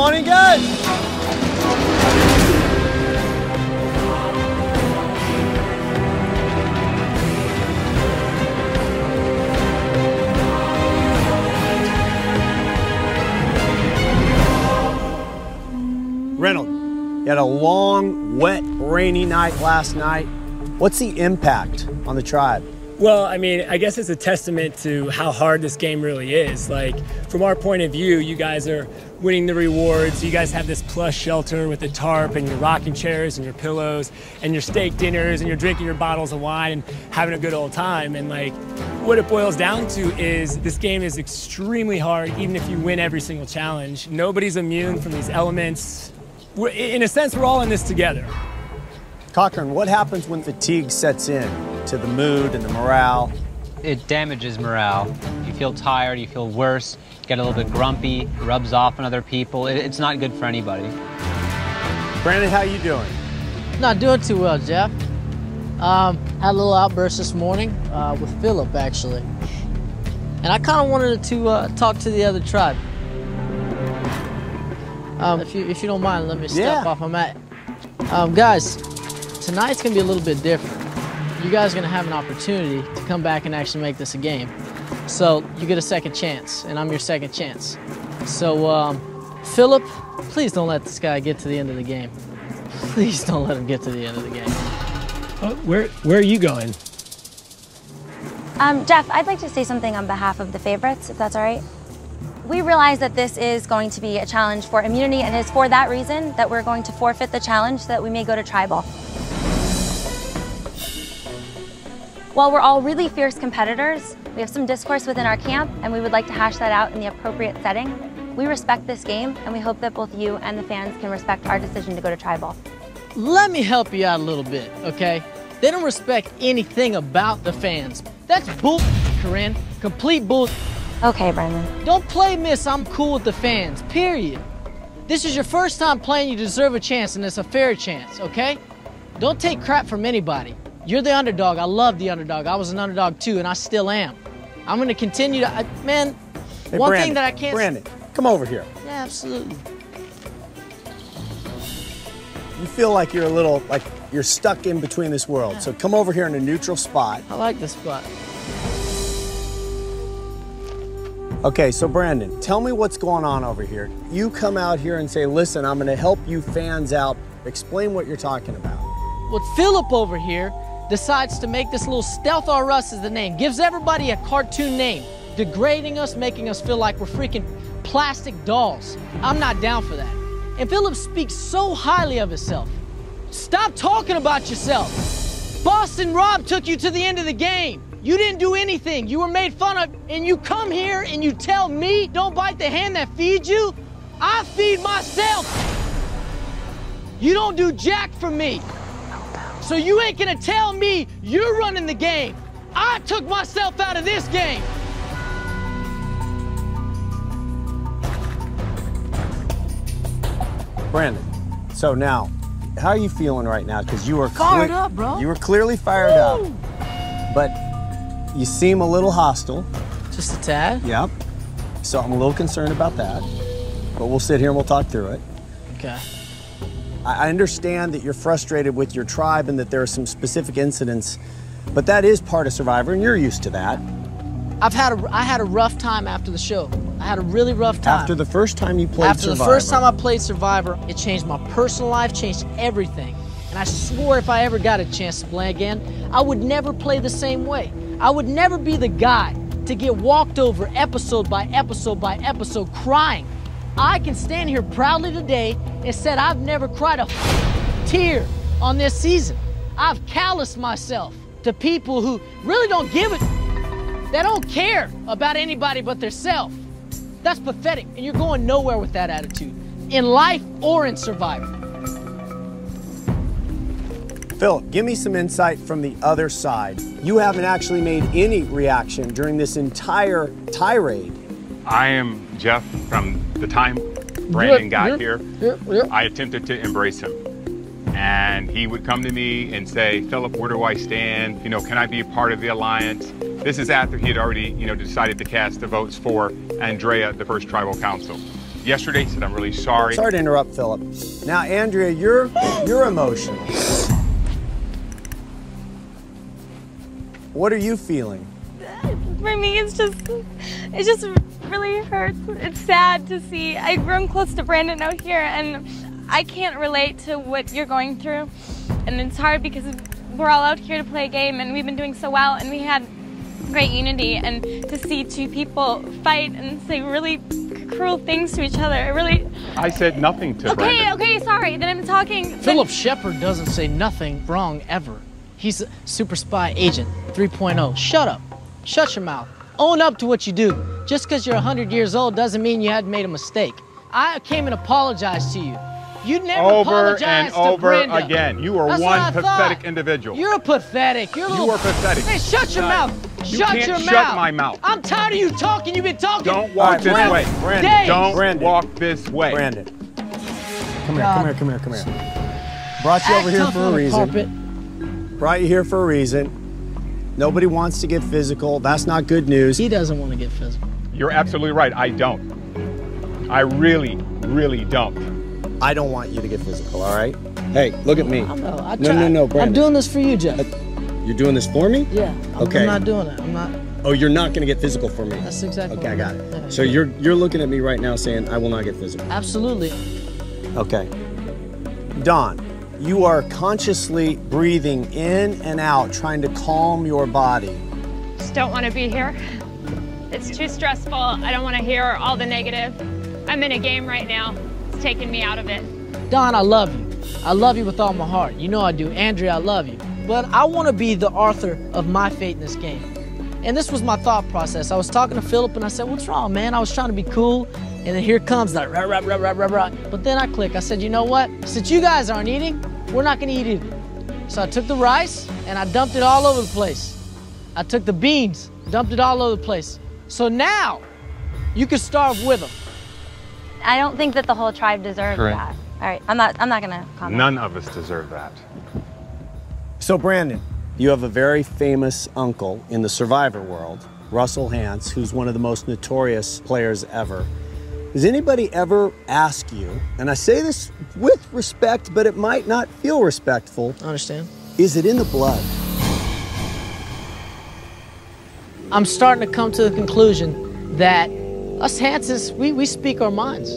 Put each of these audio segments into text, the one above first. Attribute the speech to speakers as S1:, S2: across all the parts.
S1: on in, guys. Reynolds, you had a long, wet, rainy night last night. What's the impact on the tribe?
S2: Well, I mean, I guess it's a testament to how hard this game really is. Like, from our point of view, you guys are winning the rewards. You guys have this plush shelter with the tarp and your rocking chairs and your pillows and your steak dinners and you're drinking your bottles of wine and having a good old time. And, like, what it boils down to is this game is extremely hard, even if you win every single challenge. Nobody's immune from these elements. We're, in a sense, we're all in this together.
S1: Cochran, what happens when fatigue sets in to the mood and the morale?
S3: It damages morale. You feel tired, you feel worse, you get a little bit grumpy, rubs off on other people. It, it's not good for anybody.
S1: Brandon, how you doing?
S4: Not doing too well, Jeff. Um, had a little outburst this morning uh, with Philip, actually. And I kind of wanted to uh, talk to the other tribe. Um, if, you, if you don't mind, let me step
S1: Yeah.
S4: off my mat. Um, guys, tonight's going to be a little bit different. You guys are going to have an opportunity to come back and actually make this a game. So you get a second chance, and I'm your second chance. So, um, Philip, please don't let this guy get to the end of the game. Please don't let him get to the end of the game.
S2: Oh, where, where are you going?
S5: Um, Jeff, I'd like to say something on behalf of the favorites, if that's all right. We realize that this is going to be a challenge for immunity, and it is for that reason that we're going to forfeit the challenge so that we may go to tribal. While we're all really fierce competitors, we have some discourse within our camp, and we would like to hash that out in the appropriate setting. We respect this game, and we hope that both you and the fans can respect our decision to go to tribal.
S4: Let me help you out a little bit, okay? They don't respect anything about the fans. That's bull, Corinne. Complete bull.
S5: Okay, Brendan.
S4: Don't play miss. I'm cool with the fans, period. This is your first time playing. You deserve a chance, and it's a fair chance, okay? Don't take crap from anybody. You're the underdog. I love the underdog. I was an underdog too, and I still am. I'm going to continue to. I, man,
S1: Hey,
S4: one
S1: Brandon,
S4: thing that I can't.
S1: Brandon, come over here.
S4: Yeah, absolutely.
S1: You feel like you're a little like you're stuck in between this world. So come over here in a neutral spot.
S4: I like this spot.
S1: Okay, so Brandon, tell me what's going on over here. You come out here and say, "Listen, I'm going to help you fans out. Explain what you're talking about."
S4: Well, Philip over here decides to make this little Stealth R Us is the name, gives everybody a cartoon name, degrading us, making us feel like we're freaking plastic dolls. I'm not down for that. And Philip speaks so highly of himself. Stop talking about yourself. Boston Rob took you to the end of the game. You didn't do anything. You were made fun of, and you come here and you tell me don't bite the hand that feeds you. I feed myself. You don't do jack for me. So you ain't gonna tell me you're running the game. I took myself out of this game.
S1: Brandon, so now, how are you feeling right now? Because you were
S4: Fired up, bro.
S1: You were clearly fired
S4: Woo!
S1: up, but you seem a little hostile.
S4: Just a tad.
S1: Yep. So I'm a little concerned about that, but we'll sit here and we'll talk through it.
S4: Okay.
S1: I I understand that you're frustrated with your tribe and that there are some specific incidents, but that is part of Survivor, and you're used to that.
S4: I've had a I had a rough time after the show. I had a really rough time.
S1: After the first time you played
S4: Ah. After
S1: Survivor,
S4: the first time I played Survivor, it changed my personal life, changed everything. And I swore if I ever got a chance to play again, I would never play the same way. I would never be the guy to get walked over episode by episode by episode crying. I can stand here proudly today and said I've never cried a tear on this season. I've calloused myself to people who really don't give it. They don't care about anybody but themselves. That's pathetic, and you're going nowhere with that attitude in life or in survival.
S1: Philip, give me some insight from the other side. You haven't actually made any reaction during this entire tirade.
S6: I am Jeff from the time Brandon got here.
S4: I,
S6: I attempted to embrace him. And he would come to me and say, Philip, where do I stand? You know, can I be a part of the alliance? This is after he had already, you know, decided to cast the votes for Andrea, the first tribal council. yesterday, said, I'm really sorry.
S1: Sorry to interrupt, Philip. Now, Andrea, you're you're emotional. What are you feeling?
S7: For me, it's just, it just really hurts. It's sad to see. I've grown close to Brandon out here, and I can't relate to what you're going through. And it's hard because we're all out here to play a game, and we've been doing so well, and we had great unity. And to see two people fight and say really cruel things to each other, it really.
S6: I said nothing to
S7: Okay,
S6: Brandon.
S7: okay, sorry. Then I'm talking.
S4: Philip Shepard doesn't say nothing wrong ever. He's a super spy agent 3.0. Shut up. Shut your mouth. Own up to what you do. Just because you're 100 years old doesn't mean you had made a mistake. I came and apologized to you. You never
S6: Over
S4: apologized
S6: and
S4: to
S6: over
S4: Brenda.
S6: again. You are
S4: That's what I
S6: one
S4: thought.
S6: pathetic individual.
S4: You're pathetic. You're a
S6: You
S4: little-
S6: are pathetic.
S4: Hey, shut your
S6: No.
S4: mouth.
S6: You
S4: shut
S6: can't
S4: your
S6: shut
S4: mouth.
S6: my mouth.
S4: I'm tired of you talking. You've been talking.
S6: Don't walk
S4: for
S6: this
S4: 12
S6: way.
S1: Brandon,
S4: days.
S6: Don't
S1: Brandon.
S6: walk this way.
S1: Brandon. Come here, come
S4: God.
S1: here, come here, come here. Brought you over here
S4: Act
S1: for
S4: tough
S1: a
S4: on the
S1: reason.
S4: carpet.
S1: Brought you here for a reason. Nobody wants to get physical. That's not good news.
S4: He doesn't want to get physical.
S6: You're absolutely right. I don't. I really, really don't.
S1: I don't want you to get physical, all right? Hey, look at me.
S4: I know.
S1: no,
S4: I
S1: no,
S4: tried.
S1: no,
S4: I'm
S1: Brandon.
S4: doing this for you, Jeff.
S1: You're doing this for me?
S4: yeah. I'm,
S1: Okay.
S4: I'm not doing it. I'm not.
S1: Oh, you're not going to get physical for me.
S4: That's exactly
S1: Okay,
S4: what
S1: I got
S4: I'm-
S1: it. So you're you're looking at me right now saying I will not get physical.
S4: Absolutely.
S1: Okay. Don, you are consciously breathing in and out trying to calm your body.
S7: just don't want to be here.
S8: It's too stressful. I don't want to hear all the negative. I'm in a game right now. It's taking me out of it.
S4: Don, I love you. I love you with all my heart. You know I do. Andrea, I love you. But I want to be the author of my fate in this game. And this was my thought process. I was talking to Philip and I said, What's wrong, man? I was trying to be cool. And then here comes that rah, rah, rah, rah, rah, rah. But then I click. I said, You know what? Since you guys aren't eating, we're not going to eat either. So I took the rice and I dumped it all over the place. I took the beans, dumped it all over the place. So now you can starve with them.
S5: I don't think that the whole tribe deserves
S6: Correct.
S5: that. All right, I'm not. I'm not gonna comment.
S6: None of us deserve that.
S1: So Brandon, you have a very famous uncle in the survivor world, Russell Hance, who's one of the most notorious players ever. Does anybody ever ask you, and I say this with respect, but it might not feel respectful,
S4: Understand?
S1: is it in the blood?
S4: I'm starting to come to the conclusion that us Hansons, we, we speak our minds.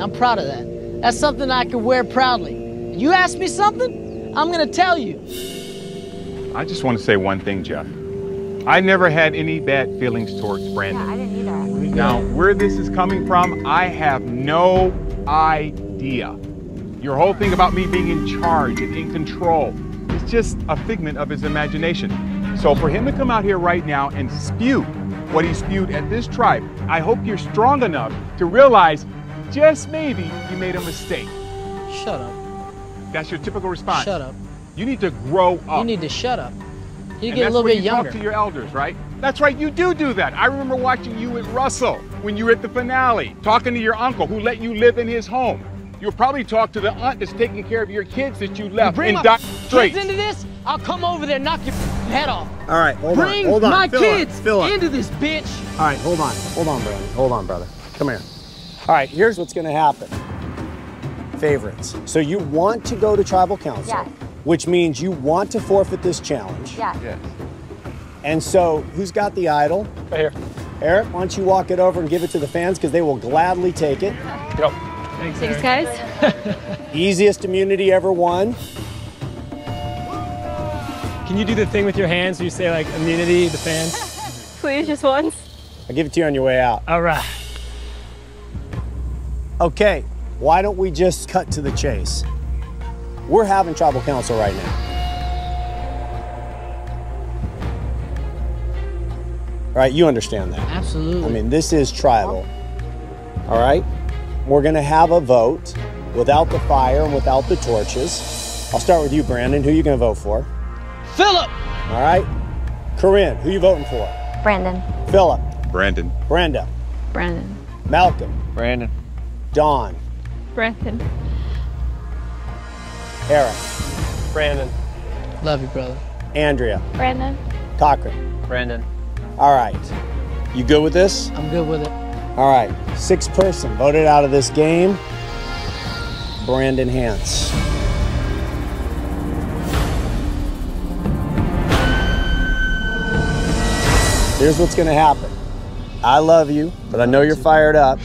S4: I'm proud of that. That's something I can wear proudly. You ask me something, I'm gonna tell you.
S6: I just want to say one thing, Jeff. I never had any bad feelings towards Brandon.
S5: I didn't either.
S6: Now, where this is coming from, I have no idea. Your whole thing about me being in charge and in control is just a figment of his imagination. So, for him to come out here right now and spew what he spewed at this tribe, I hope you're strong enough to realize just maybe you made a mistake.
S4: Shut up.
S6: That's your typical response.
S4: Shut up.
S6: You need to grow up.
S4: You need to shut up. You
S6: Oh. And
S4: get a
S6: that's
S4: little
S6: where
S4: bit
S6: you
S4: younger.
S6: Talk to your elders, right? That's right. You do do that. I remember watching you and Russell when you were at the finale, talking to your uncle who let you live in his home. You'll probably talk to the aunt that's taking care of your kids that you
S4: You
S6: left
S4: bring
S6: in
S4: my
S6: Doc
S4: kids
S6: Straits.
S4: into this, I'll come over there and knock your head off.
S1: All right, hold
S4: Bring
S1: on, hold on.
S4: my
S1: Philip,
S4: kids
S1: Philip.
S4: into this, bitch.
S1: All right, hold on. Hold on, brother. Hold on, brother. Come here. All right, here's what's going to happen. Favorites. So you want to go to tribal council,
S5: Yes.
S1: which means you want to forfeit this challenge.
S5: Yeah.
S6: Yes.
S1: And so, who's got the idol?
S6: Right here.
S1: Eric, why don't you walk it over and give it to the fans because they will gladly take it.
S6: Go.
S7: Thanks, guys.
S1: Easiest immunity ever won.
S2: Can you do the thing with your hands where you say like immunity, the fans?
S7: Please, just once.
S1: I'll give it to you on your way out.
S2: All right.
S1: Okay, why don't we just cut to the chase? We're having tribal council right now. All right, you understand that.
S4: Absolutely.
S1: I mean, this is tribal. All right? We're going to have a vote without the fire and without the torches. I'll start with you, Brandon. Who you going to vote for?
S4: Philip!
S1: All right? Corinne, who you voting for?
S5: Brandon.
S1: Philip,
S6: Brandon.
S1: Brenda,
S7: Brandon.
S1: Malcolm,
S3: Brandon.
S1: Don,
S7: Brandon.
S1: Eric,
S2: Brandon.
S4: Love you, brother.
S1: Andrea,
S7: Brandon.
S1: Cochran.
S3: Brandon.
S1: All right. You good with this?
S4: I'm good with it.
S1: All right, sixth person voted out of this game Brandon Hance. Here's what's going to happen. I love you, but I know you're fired up.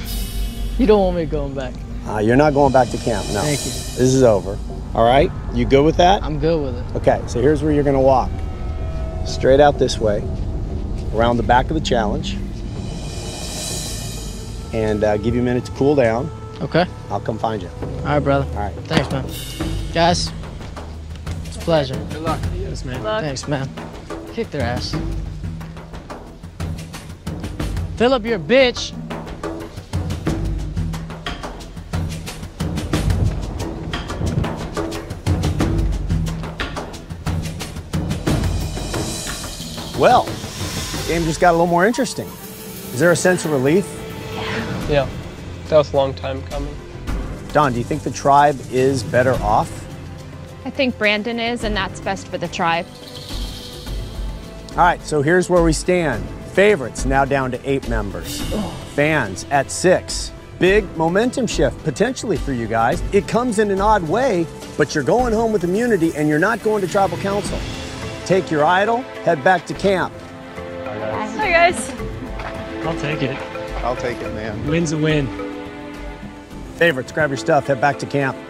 S4: You don't want me going back.
S1: Uh, you're not going back to camp. No.
S4: Thank you.
S1: This is over. All right? You good with that?
S4: I'm good with it.
S1: Okay, so here's where you're gonna walk. Straight out this way, around the back of the challenge, and uh, give you a minute to cool down.
S4: Okay.
S1: I'll come find you.
S4: All right, brother.
S1: All right.
S4: Thanks, man. Guys, it's a pleasure.
S2: Yes, man.
S4: Thanks, man. Kick their ass. Philip, you're a bitch.
S1: Well, game just got a little more interesting. Is there a sense of relief?
S9: Yeah, that was a long time coming.
S1: Don, do you think the tribe is better off?
S8: I think Brandon is, and that's best for the tribe.
S1: All right, so here's where we stand. Favorites now down to eight members. Fans at six. Big momentum shift potentially for you guys. It comes in an odd way, but you're going home with immunity and you're not going to tribal council. Take your idol, head back to camp.
S7: Hi guys.
S2: I'll take it.
S6: I'll take it, man.
S2: Win's a win.
S1: Favorites, grab your stuff, head back to camp.